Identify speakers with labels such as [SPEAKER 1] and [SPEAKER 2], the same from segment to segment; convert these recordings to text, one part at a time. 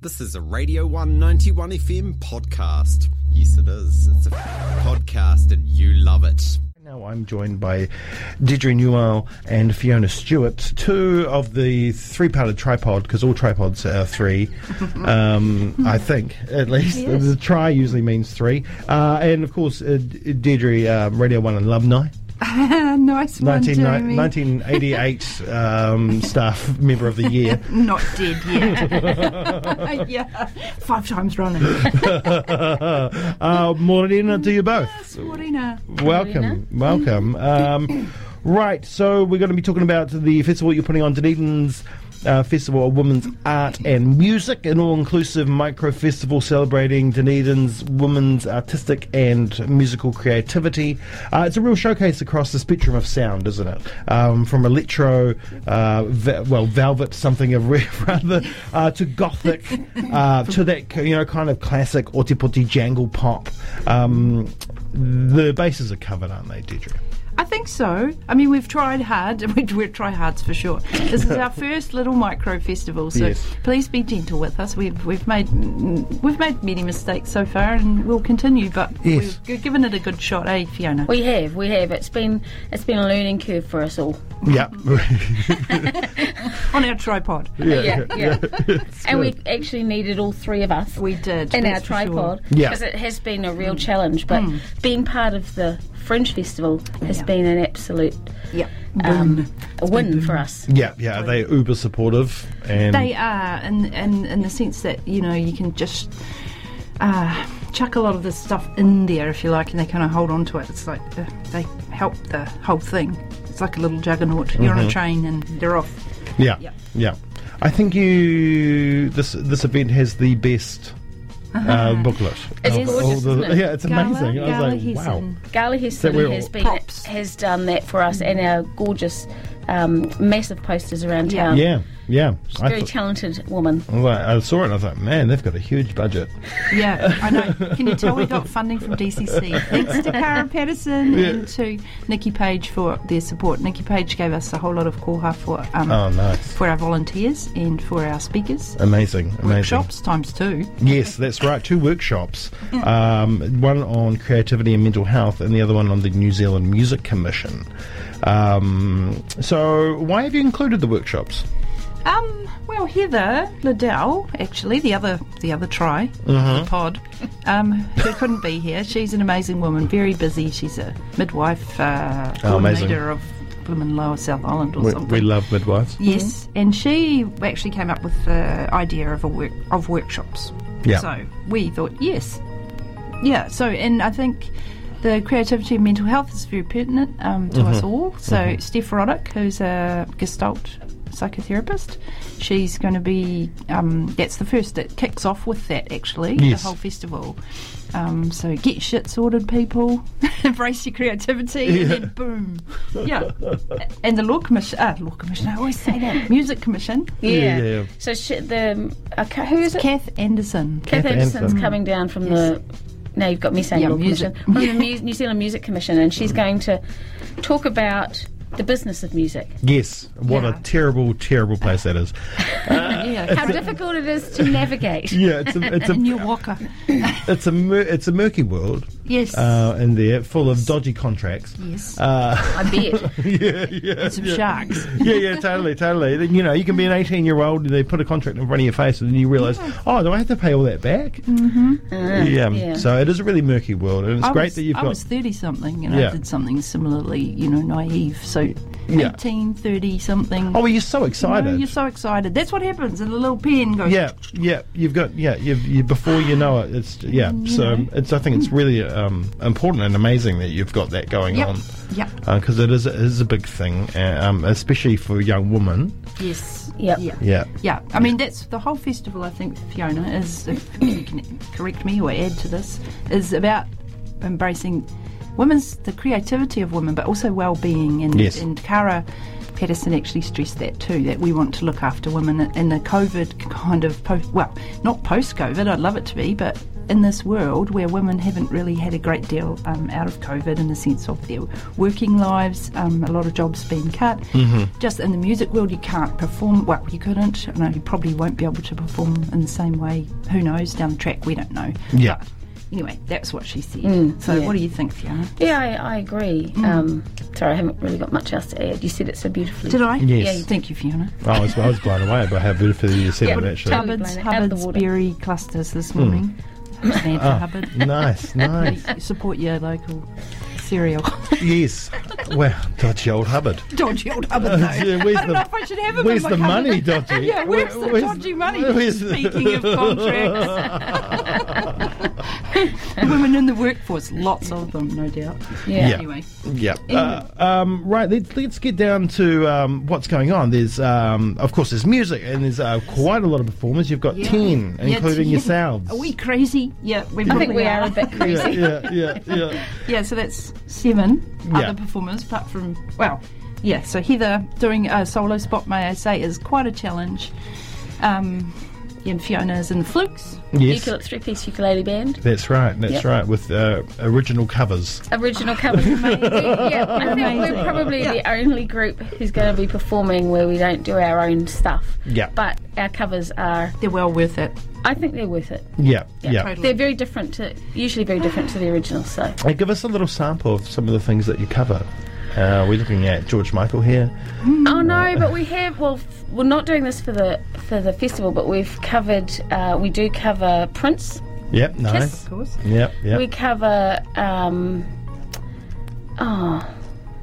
[SPEAKER 1] This is a Radio 191 FM podcast. Yes, it is. It's a podcast and you love it.
[SPEAKER 2] Now I'm joined by Deirdre Newell and Fiona Stewart, two of the three-parted tripod, because all tripods are three, um, I think, at least. The tri usually means three. Uh, and, of course, uh, D- Deirdre, um, Radio 1 alumni,
[SPEAKER 3] Ah, nice one,
[SPEAKER 2] 19,
[SPEAKER 3] Jeremy.
[SPEAKER 2] 1988 um, staff member of the year.
[SPEAKER 3] Not dead yet. yeah, five times running.
[SPEAKER 2] Uh, Morena to you both.
[SPEAKER 3] Morena.
[SPEAKER 2] Welcome, welcome. Um, right, so we're going to be talking about the festival you're putting on, Dunedin's uh, Festival of Women's Art and Music, an all-inclusive micro festival celebrating Dunedin's women's artistic and musical creativity. Uh, it's a real showcase across the spectrum of sound, isn't it? Um, from electro, uh, ve- well, velvet something of re- rather, uh, to gothic, uh, to that you know kind of classic otipoti jangle pop. Um, the bases are covered, aren't they, Deirdre?
[SPEAKER 3] I think so. I mean, we've tried hard. We, we're tryhards for sure. This is our first little micro festival, so
[SPEAKER 2] Yes.
[SPEAKER 3] please be gentle with us. We've we've made we've made many mistakes so far, and we'll continue. But
[SPEAKER 2] Yes.
[SPEAKER 3] we've given it a good shot, eh, Fiona?
[SPEAKER 4] We have, we have. It's been it's been a learning curve for us all.
[SPEAKER 2] Yeah,
[SPEAKER 3] On our tripod,
[SPEAKER 4] Yeah, yeah. and we actually needed all three of us
[SPEAKER 3] we did
[SPEAKER 4] in our
[SPEAKER 3] that's for sure. Hmm.
[SPEAKER 4] tripod
[SPEAKER 2] Yeah.
[SPEAKER 4] because it has been a real challenge. But being part of the Fringe Festival has
[SPEAKER 3] Yeah.
[SPEAKER 4] been an absolute
[SPEAKER 3] Yeah.
[SPEAKER 4] um, a win for us.
[SPEAKER 2] yeah, yeah. Are they uber supportive? And
[SPEAKER 3] They are, in, in, in the sense that, you know, you can just uh, chuck a lot of this stuff in there, if you like, and they kind of hold on to it. It's like uh, they help the whole thing. It's like a little juggernaut. You're
[SPEAKER 2] Mm-hmm.
[SPEAKER 3] on a train and they're off.
[SPEAKER 2] Yeah, yeah,
[SPEAKER 3] Yeah.
[SPEAKER 2] I think you this this event has the best uh, booklet.
[SPEAKER 4] Uh-huh. It's
[SPEAKER 2] of
[SPEAKER 4] gorgeous,
[SPEAKER 2] all the-
[SPEAKER 4] isn't it?
[SPEAKER 2] Yeah, it's
[SPEAKER 3] Gala-
[SPEAKER 2] amazing. I
[SPEAKER 3] Gala
[SPEAKER 2] was like, wow.
[SPEAKER 3] Hessen.
[SPEAKER 4] Gala Heston
[SPEAKER 2] Mm. we're all-
[SPEAKER 4] has been
[SPEAKER 3] Props.
[SPEAKER 4] has done that for us, and our gorgeous, um, massive posters around
[SPEAKER 3] Yeah.
[SPEAKER 4] town.
[SPEAKER 2] Yeah, yeah. I,
[SPEAKER 4] Very
[SPEAKER 2] thought-
[SPEAKER 4] talented woman.
[SPEAKER 2] I was like- I saw it and I thought, man, they've got a huge budget.
[SPEAKER 3] Yeah, I know. Can you tell we got funding from DCC? Thanks to Cara Patterson and to Nikki Page for their support. Nikki Page gave us a whole lot of koha for um,
[SPEAKER 2] Oh, nice.
[SPEAKER 3] for our volunteers and for our speakers.
[SPEAKER 2] Amazing, amazing.
[SPEAKER 3] Workshops times two.
[SPEAKER 2] Yes, that's right. Two workshops, um, one on creativity and mental health, and the other one on the New Zealand Music Commission. Um, so, why have you included the workshops?
[SPEAKER 3] Um, well, Heather Liddell, actually, the other the other try,
[SPEAKER 2] Mm-hmm.
[SPEAKER 3] the pod, um, who couldn't be here. She's an amazing woman, very busy. She's a midwife uh,
[SPEAKER 2] Oh, amazing.
[SPEAKER 3] coordinator of Plymouth Lower South Island or
[SPEAKER 2] We,
[SPEAKER 3] something.
[SPEAKER 2] we love midwives.
[SPEAKER 3] yes,
[SPEAKER 2] Mm-hmm.
[SPEAKER 3] and she actually came up with the idea of a work of workshops.
[SPEAKER 2] Yeah.
[SPEAKER 3] So we thought, yes, yeah. So and I think the creativity and mental health is very pertinent um, to
[SPEAKER 2] Mm-hmm.
[SPEAKER 3] us all. So Steph Roddick, who's a Gestalt psychotherapist, she's going to be. Um, that's the first that kicks off with that actually
[SPEAKER 2] Yes.
[SPEAKER 3] the whole festival. Um, so get shit sorted, people. Embrace your creativity, and then boom, yeah. and the law commission, uh, law commission. I always say that. Music commission.
[SPEAKER 4] Yeah.
[SPEAKER 2] yeah.
[SPEAKER 4] So she, the uh, ca- who is it?
[SPEAKER 3] Kath Anderson.
[SPEAKER 4] Kath
[SPEAKER 2] Kath
[SPEAKER 4] Anderson's
[SPEAKER 2] Anderson.
[SPEAKER 4] coming down from the. Now you've got me saying
[SPEAKER 3] Yeah,
[SPEAKER 4] Law
[SPEAKER 3] music.
[SPEAKER 4] Commission from the Mu- New Zealand Music Commission, and she's going to talk about the business of music,
[SPEAKER 2] Yes, what
[SPEAKER 3] Yeah.
[SPEAKER 2] a terrible, terrible place that is.
[SPEAKER 3] Yeah.
[SPEAKER 4] how difficult it is to navigate.
[SPEAKER 2] Yeah, it's a it's
[SPEAKER 3] And
[SPEAKER 2] a
[SPEAKER 3] your walker.
[SPEAKER 2] it's a mur- it's a murky world
[SPEAKER 3] Yes.
[SPEAKER 2] uh, in there, full of dodgy contracts.
[SPEAKER 3] yes.
[SPEAKER 2] Uh,
[SPEAKER 4] I bet.
[SPEAKER 2] yeah, yeah,
[SPEAKER 3] some
[SPEAKER 2] yeah.
[SPEAKER 3] sharks.
[SPEAKER 2] yeah, yeah, totally, totally. Then, you know, you can be an 18 year old and they put a contract in front of your face and then you realise, oh, do I have to pay all that back? Mm-hmm. yeah.
[SPEAKER 4] yeah.
[SPEAKER 2] So it is a really murky world and it's
[SPEAKER 3] I
[SPEAKER 2] great
[SPEAKER 3] was,
[SPEAKER 2] that you've
[SPEAKER 3] I
[SPEAKER 2] got.
[SPEAKER 3] was 30 something and
[SPEAKER 2] Yeah.
[SPEAKER 3] I did something similarly, you know, naive. So
[SPEAKER 2] Yeah.
[SPEAKER 3] eighteen, thirty 18, 30 something.
[SPEAKER 2] oh, well, you're so
[SPEAKER 3] You know,
[SPEAKER 2] excited.
[SPEAKER 3] you're so excited. That's what happens. And the little pen goes.
[SPEAKER 2] yeah, yeah, you've got yeah, you've, you before you know it, it's yeah.
[SPEAKER 3] Mm-hmm.
[SPEAKER 2] So it's I think it's really um, important and amazing that you've got that going
[SPEAKER 3] Yep.
[SPEAKER 2] on.
[SPEAKER 3] Yep.
[SPEAKER 2] because it is it is a big thing, uh, um, especially for young women.
[SPEAKER 3] Yes.
[SPEAKER 4] Yep.
[SPEAKER 3] Yeah.
[SPEAKER 2] Yeah,
[SPEAKER 3] Yeah, I mean that's the whole festival. I think Fiona is, if you can correct me or add to this, is about embracing women's the creativity of women, but also well-being. And,
[SPEAKER 2] Yes.
[SPEAKER 3] and Cara Patterson actually stressed that too. That we want to look after women in the COVID kind of post, well, not post-COVID. I'd love it to be, but in this world where women haven't really had a great deal um, out of COVID in the sense of their working lives, um, a lot of jobs being cut.
[SPEAKER 2] Mm-hmm.
[SPEAKER 3] Just in the music world, you can't perform. Well, you couldn't. No, you probably won't be able to perform in the same way. Who knows? Down the track, we don't know.
[SPEAKER 2] Yeah.
[SPEAKER 3] But anyway, that's what she said. so,
[SPEAKER 4] yeah.
[SPEAKER 3] what do you think, Fiona?
[SPEAKER 4] Yeah, I, I agree. Um, sorry, I haven't really got much else to add. You said it so beautifully.
[SPEAKER 3] Did I?
[SPEAKER 2] Yes. Yeah, you did.
[SPEAKER 3] Thank you, Fiona.
[SPEAKER 2] Oh, I was, I was blown away by how beautiful you said it, actually.
[SPEAKER 4] tell-
[SPEAKER 3] Hubbard's,
[SPEAKER 4] blown it out of the
[SPEAKER 3] Hubbard's
[SPEAKER 4] water. Hmm.
[SPEAKER 3] berry clusters this morning. Stand for
[SPEAKER 2] Ah.
[SPEAKER 3] Hubbard.
[SPEAKER 2] nice, nice.
[SPEAKER 3] Support your local cereal.
[SPEAKER 2] yes. Well, dodgy old Hubbard.
[SPEAKER 3] Dodgy old Hubbard, though.
[SPEAKER 2] Yeah, Uh, where's
[SPEAKER 3] I don't
[SPEAKER 2] the-
[SPEAKER 3] know if I should have him in
[SPEAKER 2] where's
[SPEAKER 3] my
[SPEAKER 2] the
[SPEAKER 3] cupboard.
[SPEAKER 2] money, Dodgy?
[SPEAKER 3] yeah, where's
[SPEAKER 2] Where-
[SPEAKER 3] the
[SPEAKER 2] where's-
[SPEAKER 3] dodgy money?
[SPEAKER 2] where's the-
[SPEAKER 3] Speaking of contracts, women in the workforce, lots of them, no doubt.
[SPEAKER 4] Yeah.
[SPEAKER 2] Yeah.
[SPEAKER 3] Anyway,
[SPEAKER 2] Yeah. Uh, um, right. Let's, let's get down to um, what's going on. There's, um, of course, there's music, and there's uh, quite a lot of performers. You've got
[SPEAKER 3] Yeah.
[SPEAKER 2] ten,
[SPEAKER 3] Yeah,
[SPEAKER 2] including
[SPEAKER 3] 10.
[SPEAKER 2] yourselves.
[SPEAKER 3] are we crazy? Yeah, we
[SPEAKER 4] I
[SPEAKER 3] probably
[SPEAKER 4] think we are a bit crazy.
[SPEAKER 2] Yeah, yeah, yeah, yeah.
[SPEAKER 3] Yeah, so that's seven
[SPEAKER 2] Yeah.
[SPEAKER 3] other performers apart from well, yeah. So Heather doing a solo spot, may I say, is quite a challenge. Um, and Fiona is in the flukes.
[SPEAKER 2] Yes,
[SPEAKER 4] Ukulele, three-piece ukulele band,
[SPEAKER 2] that's right. That's
[SPEAKER 4] Yep.
[SPEAKER 2] right. With uh, original covers.
[SPEAKER 4] original cover. yeah, I think
[SPEAKER 3] Amazing.
[SPEAKER 4] we're probably the only group who's going to be performing where we don't do our own stuff.
[SPEAKER 2] Yeah.
[SPEAKER 4] But our covers are,
[SPEAKER 3] They're well worth it.
[SPEAKER 4] I think they're worth it.
[SPEAKER 2] Yeah, yeah.
[SPEAKER 3] totally.
[SPEAKER 4] They're very different to, usually very different to the original. So
[SPEAKER 2] And give us a little sample of some of the things that you cover. Uh, we're looking at George Michael here.
[SPEAKER 4] Oh no, but we have. Well, f- we're not doing this for the for the festival, but we've covered. Uh, we do cover Prince.
[SPEAKER 2] Yep, no.
[SPEAKER 4] Kiss.
[SPEAKER 3] Of course.
[SPEAKER 2] Yep, yep.
[SPEAKER 4] We cover. Um, oh,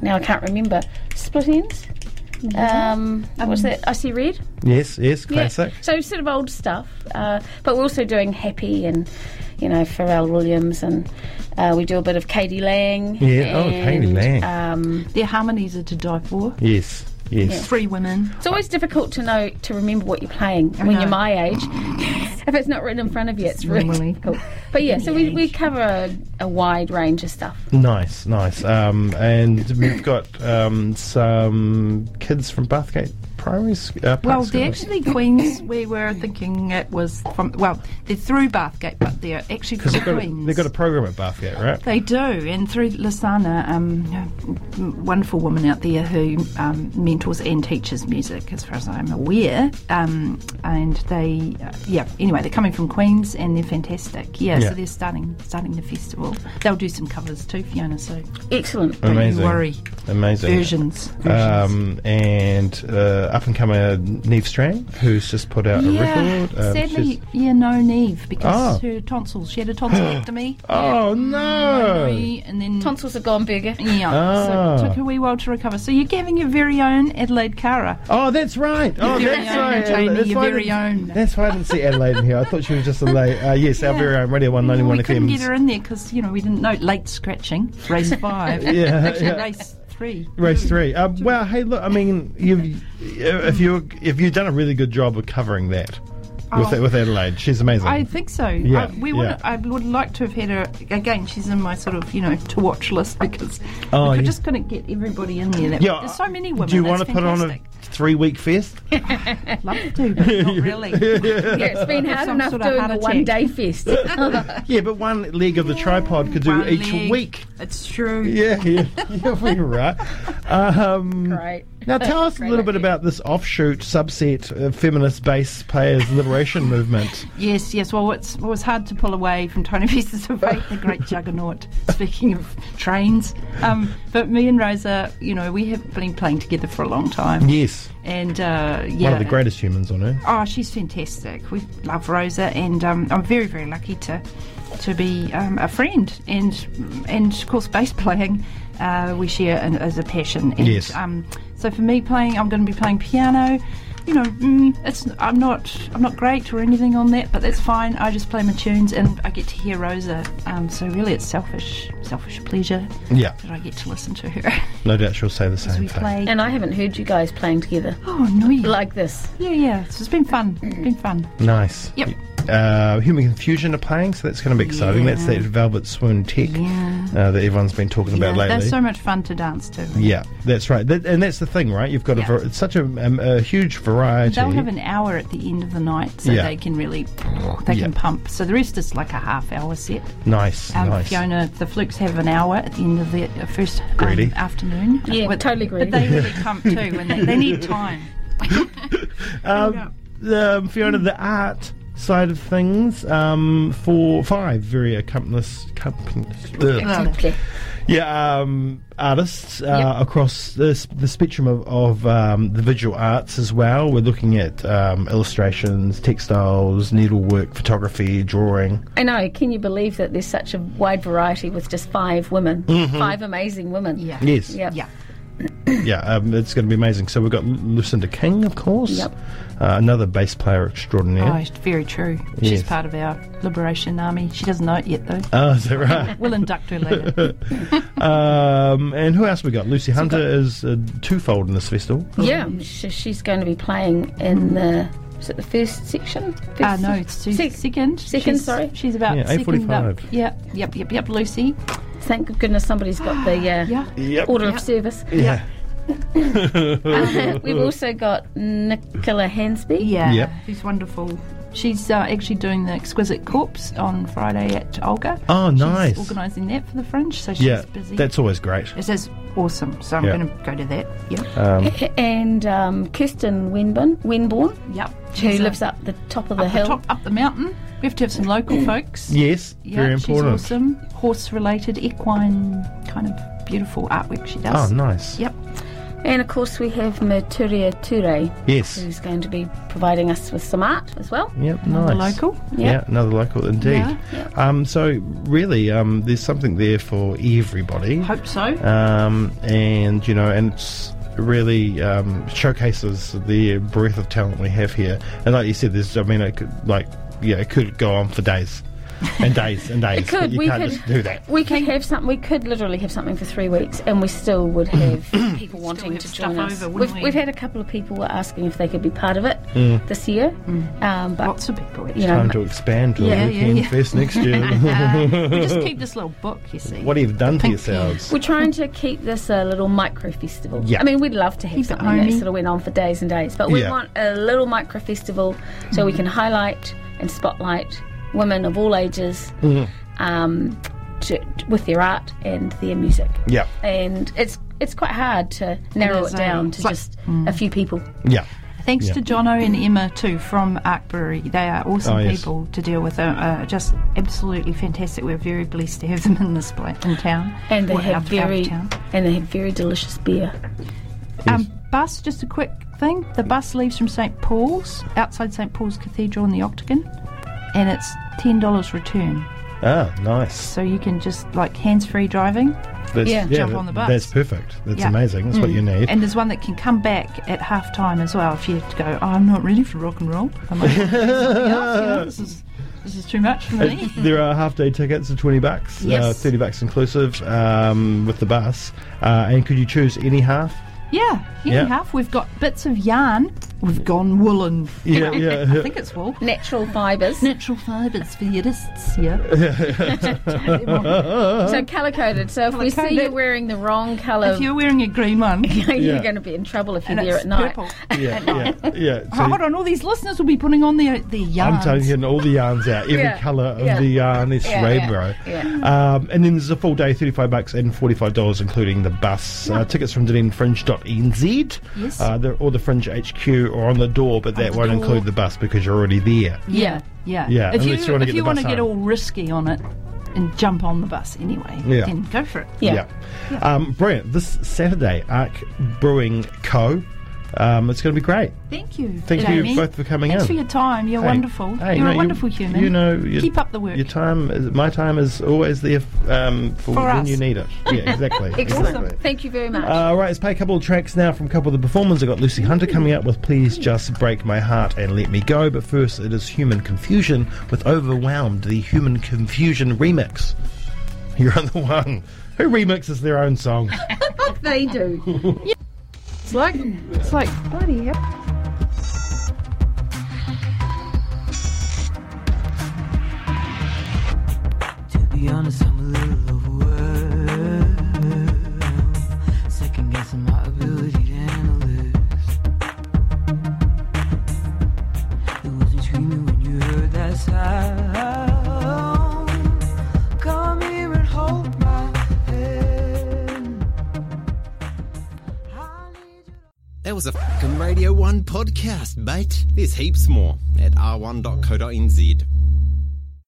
[SPEAKER 4] now I can't remember. Split ends. Um, what's that? I see red.
[SPEAKER 2] yes, yes,
[SPEAKER 4] Yeah.
[SPEAKER 2] classic.
[SPEAKER 4] So sort of old stuff, uh, but we're also doing Happy and you know Pharrell Williams, and uh, we do a bit of Katie Lang.
[SPEAKER 2] Yeah, oh, Katie
[SPEAKER 4] and,
[SPEAKER 2] Lang.
[SPEAKER 4] Um,
[SPEAKER 3] Their harmonies are to die for.
[SPEAKER 2] Yes, yes.
[SPEAKER 3] Three women.
[SPEAKER 4] It's always difficult to know to remember what you're playing when
[SPEAKER 3] know.
[SPEAKER 4] you're my age. if it's not written in front of you, it's really
[SPEAKER 3] Normally.
[SPEAKER 4] difficult. But yeah, so we, we cover a, a wide range of stuff.
[SPEAKER 2] Nice, nice. Um, and we've got um, some kids from Bathgate Primary School. Uh, Park
[SPEAKER 3] Well,
[SPEAKER 2] School.
[SPEAKER 3] they're actually Queens. We were thinking it was from, well, they're through Bathgate, but they're actually from
[SPEAKER 2] they've got, a,
[SPEAKER 3] Queens.
[SPEAKER 2] they've got a program at Bathgate, right?
[SPEAKER 3] They do, and through Lasana, um, wonderful woman out there who um, mentors and teaches music, as far as I'm aware. Um, and they, uh, yeah. Anyway, they're coming from Queens, and they're fantastic. Yeah,
[SPEAKER 2] Yeah.
[SPEAKER 3] so they're starting starting the festival. They'll do some covers too, Fiona. So
[SPEAKER 4] Excellent.
[SPEAKER 3] don't
[SPEAKER 2] Amazing.
[SPEAKER 3] you worry,
[SPEAKER 2] Amazing.
[SPEAKER 3] versions. versions.
[SPEAKER 2] Um, and uh, up and comer Neve Strang, who's just put out a
[SPEAKER 3] yeah,
[SPEAKER 2] record. Um,
[SPEAKER 3] sadly,
[SPEAKER 2] she's-
[SPEAKER 3] yeah, no Neve because
[SPEAKER 2] Ah.
[SPEAKER 3] her tonsils. She had a tonsillectomy,
[SPEAKER 2] Oh, no!
[SPEAKER 3] and then
[SPEAKER 4] Tonsils are gone, burger.
[SPEAKER 3] Yeah,
[SPEAKER 2] Ah.
[SPEAKER 3] so it took a wee while to recover. So you're having your very own Adelaide Cara.
[SPEAKER 2] Oh, that's right. Oh,
[SPEAKER 3] Your very
[SPEAKER 2] that's
[SPEAKER 3] own,
[SPEAKER 2] right.
[SPEAKER 3] Jamie,
[SPEAKER 2] That's
[SPEAKER 3] your
[SPEAKER 2] why I
[SPEAKER 3] very
[SPEAKER 2] didn't-
[SPEAKER 3] own.
[SPEAKER 2] That's why I didn't see Adelaide in here. I thought she was just a late. Uh, yes, our
[SPEAKER 3] Yeah.
[SPEAKER 2] very own Radio One Ninety One
[SPEAKER 3] we couldn't get her
[SPEAKER 2] FM.
[SPEAKER 3] in there because you know we didn't know late scratching race five,
[SPEAKER 2] Yeah,
[SPEAKER 3] actually
[SPEAKER 2] yeah.
[SPEAKER 3] race three.
[SPEAKER 2] Race three. Uh, well, hey, look. I mean, you've if you if you've done a really good job of covering that with
[SPEAKER 3] Oh.
[SPEAKER 2] with Adelaide, she's amazing.
[SPEAKER 3] I think so.
[SPEAKER 2] Yeah,
[SPEAKER 3] I, we would.
[SPEAKER 2] yeah.
[SPEAKER 3] I would like to have had her again. She's in my sort of you know to watch list because
[SPEAKER 2] Oh,
[SPEAKER 3] we could-
[SPEAKER 2] yeah.
[SPEAKER 3] just couldn't get everybody in there. That,
[SPEAKER 2] yeah,
[SPEAKER 3] there's so many women.
[SPEAKER 2] Do you
[SPEAKER 3] want to
[SPEAKER 2] put on a three week fest?
[SPEAKER 3] I'd love to, but not really.
[SPEAKER 4] Yeah, it's been hard
[SPEAKER 3] Some
[SPEAKER 4] enough
[SPEAKER 3] sort of
[SPEAKER 4] doing
[SPEAKER 3] heart
[SPEAKER 4] a
[SPEAKER 3] attack.
[SPEAKER 4] one-day fest.
[SPEAKER 2] yeah, but one leg of the tripod could do
[SPEAKER 3] One
[SPEAKER 2] each
[SPEAKER 3] leg.
[SPEAKER 2] week.
[SPEAKER 3] It's true.
[SPEAKER 2] Yeah, yeah, yeah, we're right. Um,
[SPEAKER 4] Great.
[SPEAKER 2] Now, tell us a
[SPEAKER 4] Great
[SPEAKER 2] little bit
[SPEAKER 4] idea.
[SPEAKER 2] about this offshoot subset of feminist bass players liberation movement.
[SPEAKER 3] Yes, yes. Well, it's, it was hard to pull away from Tony Pieces of Fate, the great juggernaut. Speaking of trains, um, but me and Rosa, you know, we have been playing together for a long time,
[SPEAKER 2] Yes,
[SPEAKER 3] and uh, yeah,
[SPEAKER 2] one of the greatest humans on earth.
[SPEAKER 3] Oh, she's fantastic. We love Rosa, and um, I'm very, very lucky to to be um, a friend. And and of course, bass playing uh, we share an, as a passion. And,
[SPEAKER 2] Yes.
[SPEAKER 3] Um, so for me, playing, I'm going to be playing piano. You know, mm, it's I'm not I'm not great or anything on that, but that's fine. I just play my tunes, and I get to hear Rosa. Um, so really, it's selfish selfish pleasure
[SPEAKER 2] Yeah,
[SPEAKER 3] that I get to listen to her
[SPEAKER 2] no doubt she'll say the
[SPEAKER 3] as
[SPEAKER 2] same
[SPEAKER 3] we
[SPEAKER 2] thing.
[SPEAKER 3] play.
[SPEAKER 4] And I haven't heard you guys playing together
[SPEAKER 3] Oh no, yeah,
[SPEAKER 4] like this.
[SPEAKER 3] yeah, yeah. So it's been fun, been fun.
[SPEAKER 2] Nice.
[SPEAKER 3] Yep.
[SPEAKER 2] uh, Human Confusion are playing, so that's going to be exciting. That's
[SPEAKER 3] Yeah.
[SPEAKER 2] that Velvet Swoon Tech
[SPEAKER 3] Yeah.
[SPEAKER 2] uh, that everyone's been talking about
[SPEAKER 3] Yeah,
[SPEAKER 2] lately.
[SPEAKER 3] They're so much fun to dance to.
[SPEAKER 2] yeah, that's right, that, and that's the thing, right? You've got a
[SPEAKER 3] Yeah.
[SPEAKER 2] ver- it's such a, um, a huge variety.
[SPEAKER 3] They'll have an hour at the end of the night, so
[SPEAKER 2] Yeah.
[SPEAKER 3] they can really they
[SPEAKER 2] Yeah.
[SPEAKER 3] can pump. So the rest is like a half hour set.
[SPEAKER 2] nice,
[SPEAKER 3] Um,
[SPEAKER 2] nice.
[SPEAKER 3] Fiona, the Flukes have an hour at the end of the uh, first um,
[SPEAKER 2] Greedy.
[SPEAKER 3] afternoon.
[SPEAKER 4] Yeah, totally greedy.
[SPEAKER 3] But they really pump too when they, they need time.
[SPEAKER 2] um, um, Fiona, the art side of things um, for five very accomplished, accomplished ugh.
[SPEAKER 4] Exactly.
[SPEAKER 2] yeah, um, artists uh, across the, s- the spectrum of, of um, the visual arts as well. We're looking at um, illustrations, textiles, needlework, photography, drawing.
[SPEAKER 4] I know. Can you believe that there's such a wide variety with just five women? Five amazing women.
[SPEAKER 3] Yeah.
[SPEAKER 2] Yes,
[SPEAKER 4] Yep.
[SPEAKER 3] Yeah.
[SPEAKER 2] yeah, um, it's going to be amazing. So we've got Lu- Lucinda King, of course,
[SPEAKER 4] Yep.
[SPEAKER 2] uh, another bass player extraordinaire.
[SPEAKER 3] Oh, it's very true.
[SPEAKER 2] Yes.
[SPEAKER 3] She's part of our Liberation Army. She doesn't know it yet, though.
[SPEAKER 2] Oh, is that right?
[SPEAKER 3] We'll induct her later.
[SPEAKER 2] um, and who else we got? Lucy Hunter is uh, twofold in this festival.
[SPEAKER 4] Yeah. Sh she's going to be playing in the. Is it the first section? First
[SPEAKER 3] Ah, Mm. no,
[SPEAKER 4] sec-
[SPEAKER 3] it's two,
[SPEAKER 4] sec-
[SPEAKER 3] second.
[SPEAKER 4] second,
[SPEAKER 3] She's-
[SPEAKER 4] sorry.
[SPEAKER 3] She's about
[SPEAKER 2] Yeah,
[SPEAKER 3] second up.
[SPEAKER 2] 8:45.
[SPEAKER 3] Yeah, yep, yep, yep. Lucy.
[SPEAKER 4] Thank goodness somebody's got the uh,
[SPEAKER 3] Yeah.
[SPEAKER 2] Yep.
[SPEAKER 4] order of service.
[SPEAKER 2] Yeah.
[SPEAKER 4] Uh,
[SPEAKER 2] Oh,
[SPEAKER 4] we've also got Nicola Hansby.
[SPEAKER 3] Yeah.
[SPEAKER 2] Yep.
[SPEAKER 3] She's wonderful. She's uh, actually doing the Exquisite Corpse on Friday at Olga.
[SPEAKER 2] Oh, nice.
[SPEAKER 3] She's organising that for the Fringe, so she's
[SPEAKER 2] Yeah,
[SPEAKER 3] busy.
[SPEAKER 2] that's always great.
[SPEAKER 3] It is awesome, so I'm
[SPEAKER 2] Yeah.
[SPEAKER 3] going to go to that. Yep.
[SPEAKER 2] Um,
[SPEAKER 4] And um, Kirsten Winburn, Winborn,
[SPEAKER 3] yep.
[SPEAKER 4] who
[SPEAKER 3] She's, uh,
[SPEAKER 4] lives up the top of the
[SPEAKER 3] up
[SPEAKER 4] hill.
[SPEAKER 3] top, up the mountain. We have to have some local folks.
[SPEAKER 2] yes,
[SPEAKER 3] Yeah,
[SPEAKER 2] very
[SPEAKER 3] she's
[SPEAKER 2] important.
[SPEAKER 3] awesome. Horse-related, equine kind of beautiful artwork she
[SPEAKER 2] Oh,
[SPEAKER 3] does.
[SPEAKER 2] nice.
[SPEAKER 3] Yep.
[SPEAKER 4] And of course, we have Merturia Ture,
[SPEAKER 2] Yes.
[SPEAKER 4] who's going to be providing us with some art as well.
[SPEAKER 2] Yep,
[SPEAKER 3] Another
[SPEAKER 2] nice.
[SPEAKER 3] local.
[SPEAKER 2] Yeah. another local indeed.
[SPEAKER 3] Yeah.
[SPEAKER 4] Yeah.
[SPEAKER 2] Um, so, really, um, there's something there for everybody.
[SPEAKER 3] Hope so.
[SPEAKER 2] Um, and, you know, and it's really um, showcases the breadth of talent we have here. And, like you said, there's, I mean, it could, like, yeah, it could go on for days and days and days.
[SPEAKER 4] could,
[SPEAKER 2] but you
[SPEAKER 4] we
[SPEAKER 2] can't
[SPEAKER 4] could.
[SPEAKER 2] just do that.
[SPEAKER 4] We could have something. We could literally have something for three weeks, and we still would have people wanting
[SPEAKER 3] have
[SPEAKER 4] to
[SPEAKER 3] stuff
[SPEAKER 4] join us.
[SPEAKER 3] over,
[SPEAKER 4] we've,
[SPEAKER 3] wouldn't we?
[SPEAKER 4] have had a couple of people asking if they could be part of it this year, um, but
[SPEAKER 3] Hmm. Lots of people.
[SPEAKER 4] you know,
[SPEAKER 2] Time Hmm. to expand to
[SPEAKER 3] Yeah,
[SPEAKER 2] a
[SPEAKER 3] yeah,
[SPEAKER 2] weekend
[SPEAKER 3] yeah.
[SPEAKER 2] fest next year.
[SPEAKER 3] we just keep this little book, you see.
[SPEAKER 2] what have you done to
[SPEAKER 3] Pink
[SPEAKER 2] yourselves?
[SPEAKER 4] we're trying to keep this a little micro festival.
[SPEAKER 2] Yeah.
[SPEAKER 4] I mean, we'd love to have
[SPEAKER 3] Keep it
[SPEAKER 4] something that
[SPEAKER 3] homey.
[SPEAKER 4] sort of went on for days and days, but we
[SPEAKER 2] Yeah.
[SPEAKER 4] want a little micro festival so we can highlight and spotlight women of all ages
[SPEAKER 2] Mm-hmm.
[SPEAKER 4] um, to, with their art and their music.
[SPEAKER 2] Yeah,
[SPEAKER 4] and it's it's quite hard to narrow
[SPEAKER 3] is,
[SPEAKER 4] it down
[SPEAKER 3] eh?
[SPEAKER 4] to
[SPEAKER 3] It's like-
[SPEAKER 4] just a few people.
[SPEAKER 2] yeah.
[SPEAKER 3] Thanks
[SPEAKER 2] Yeah.
[SPEAKER 3] to Jono and Emma too from Ark Brewery. They are awesome
[SPEAKER 2] Oh, yes.
[SPEAKER 3] people to deal with. Uh, uh, just absolutely fantastic. We're very blessed to have them in this pla- in town.
[SPEAKER 4] And they
[SPEAKER 3] Or
[SPEAKER 4] have
[SPEAKER 3] out- out of
[SPEAKER 4] very
[SPEAKER 3] town.
[SPEAKER 4] and they have very delicious beer.
[SPEAKER 3] Um, bus, just a quick thing. The bus leaves from St Paul's, outside St Paul's Cathedral in the Octagon, and it's ten dollars return.
[SPEAKER 2] Ah, nice.
[SPEAKER 3] So you can just like hands-free driving,
[SPEAKER 2] That's,
[SPEAKER 4] Yeah.
[SPEAKER 3] Jump on the bus.
[SPEAKER 2] That's perfect. That's
[SPEAKER 3] Yeah. Mm.
[SPEAKER 2] amazing. That's what you need.
[SPEAKER 3] and there's one that can come back at half time as well. If you have to go, oh, I'm not ready for rock and roll. I'm not ready for anything else, you know, this is this is too much for me.
[SPEAKER 2] Uh, there are half day tickets for 20 bucks, uh,
[SPEAKER 3] Yes.
[SPEAKER 2] 30 bucks inclusive um, with the bus. Uh, and could you choose any half?
[SPEAKER 3] Yeah, yeah,
[SPEAKER 2] Yeah.
[SPEAKER 3] we have. We've got bits of yarn. We've gone woolen.
[SPEAKER 2] Yeah, yeah.
[SPEAKER 3] I think it's wool.
[SPEAKER 4] Natural fibres.
[SPEAKER 3] Natural fibres for your wrists, yeah.
[SPEAKER 4] so colour coded. So if we see
[SPEAKER 3] Colour-coded.
[SPEAKER 4] you wearing the wrong colour,
[SPEAKER 3] Uh-huh. if you're wearing a green one,
[SPEAKER 4] you're
[SPEAKER 2] Yeah.
[SPEAKER 4] going to be in trouble if you're
[SPEAKER 3] and
[SPEAKER 4] there
[SPEAKER 3] it's
[SPEAKER 4] at night.
[SPEAKER 3] purple.
[SPEAKER 2] Yeah, yeah, yeah. So
[SPEAKER 3] Oh, hold on, all these listeners will be putting on their, their yarns.
[SPEAKER 2] I'm telling you, and all the yarns out. Every
[SPEAKER 4] Yeah,
[SPEAKER 2] colour of
[SPEAKER 4] yeah.
[SPEAKER 2] the yarn is
[SPEAKER 4] Yeah,
[SPEAKER 2] rainbow.
[SPEAKER 4] yeah,
[SPEAKER 2] Um, and then there's a full day, 35 bucks and $45, including the bus. Uh, tickets from dunedinfringe.nz.
[SPEAKER 3] Yes.
[SPEAKER 2] Uh, they're- or the Fringe HQ or on the door, but that
[SPEAKER 3] the
[SPEAKER 2] won't
[SPEAKER 3] door.
[SPEAKER 2] include the bus because you're already there.
[SPEAKER 4] Yeah.
[SPEAKER 3] Yeah.
[SPEAKER 2] Yeah,
[SPEAKER 3] if you,
[SPEAKER 2] unless you wanna
[SPEAKER 3] if
[SPEAKER 2] get
[SPEAKER 3] you
[SPEAKER 2] the
[SPEAKER 3] want
[SPEAKER 2] bus
[SPEAKER 3] to get
[SPEAKER 2] home.
[SPEAKER 3] all risky on it and jump on the bus anyway,
[SPEAKER 2] Yeah.
[SPEAKER 3] then go for it.
[SPEAKER 4] Yeah.
[SPEAKER 2] Um, brilliant. This Saturday, Arc Brewing Co. Um, it's going to be great.
[SPEAKER 3] Thank you.
[SPEAKER 2] Thank you
[SPEAKER 3] Jamie.
[SPEAKER 2] both for coming
[SPEAKER 3] Thanks
[SPEAKER 2] in.
[SPEAKER 3] for your time. You're
[SPEAKER 2] Hey,
[SPEAKER 3] wonderful.
[SPEAKER 2] hey,
[SPEAKER 3] you're
[SPEAKER 2] no,
[SPEAKER 3] a
[SPEAKER 2] you-
[SPEAKER 3] wonderful human.
[SPEAKER 2] You know, you-
[SPEAKER 3] keep up the work.
[SPEAKER 2] Your time, is, my time is always there um, for,
[SPEAKER 3] For
[SPEAKER 2] when
[SPEAKER 3] us.
[SPEAKER 2] you need it. Yeah, exactly.
[SPEAKER 4] Excellent.
[SPEAKER 2] exactly.
[SPEAKER 4] Thank you very much.
[SPEAKER 2] Uh, right, let's play a couple of tracks now from a couple of the performers. I've got Lucy Hunter coming up with Please Just Break My Heart and Let Me Go, but first it is Human Confusion with Overwhelmed, the Human Confusion remix. You're on the one. Who remixes their own song?
[SPEAKER 4] they do.
[SPEAKER 3] it's like it's like bloody hell.
[SPEAKER 5] honest, I'm a little overwhelmed. Second guessing my ability to handle this. You wasn't screaming when you heard that sound. Come here and hold my hand. I need you to-
[SPEAKER 1] That was a fucking Radio 1 podcast, mate. There's heaps more at r1.co.nz.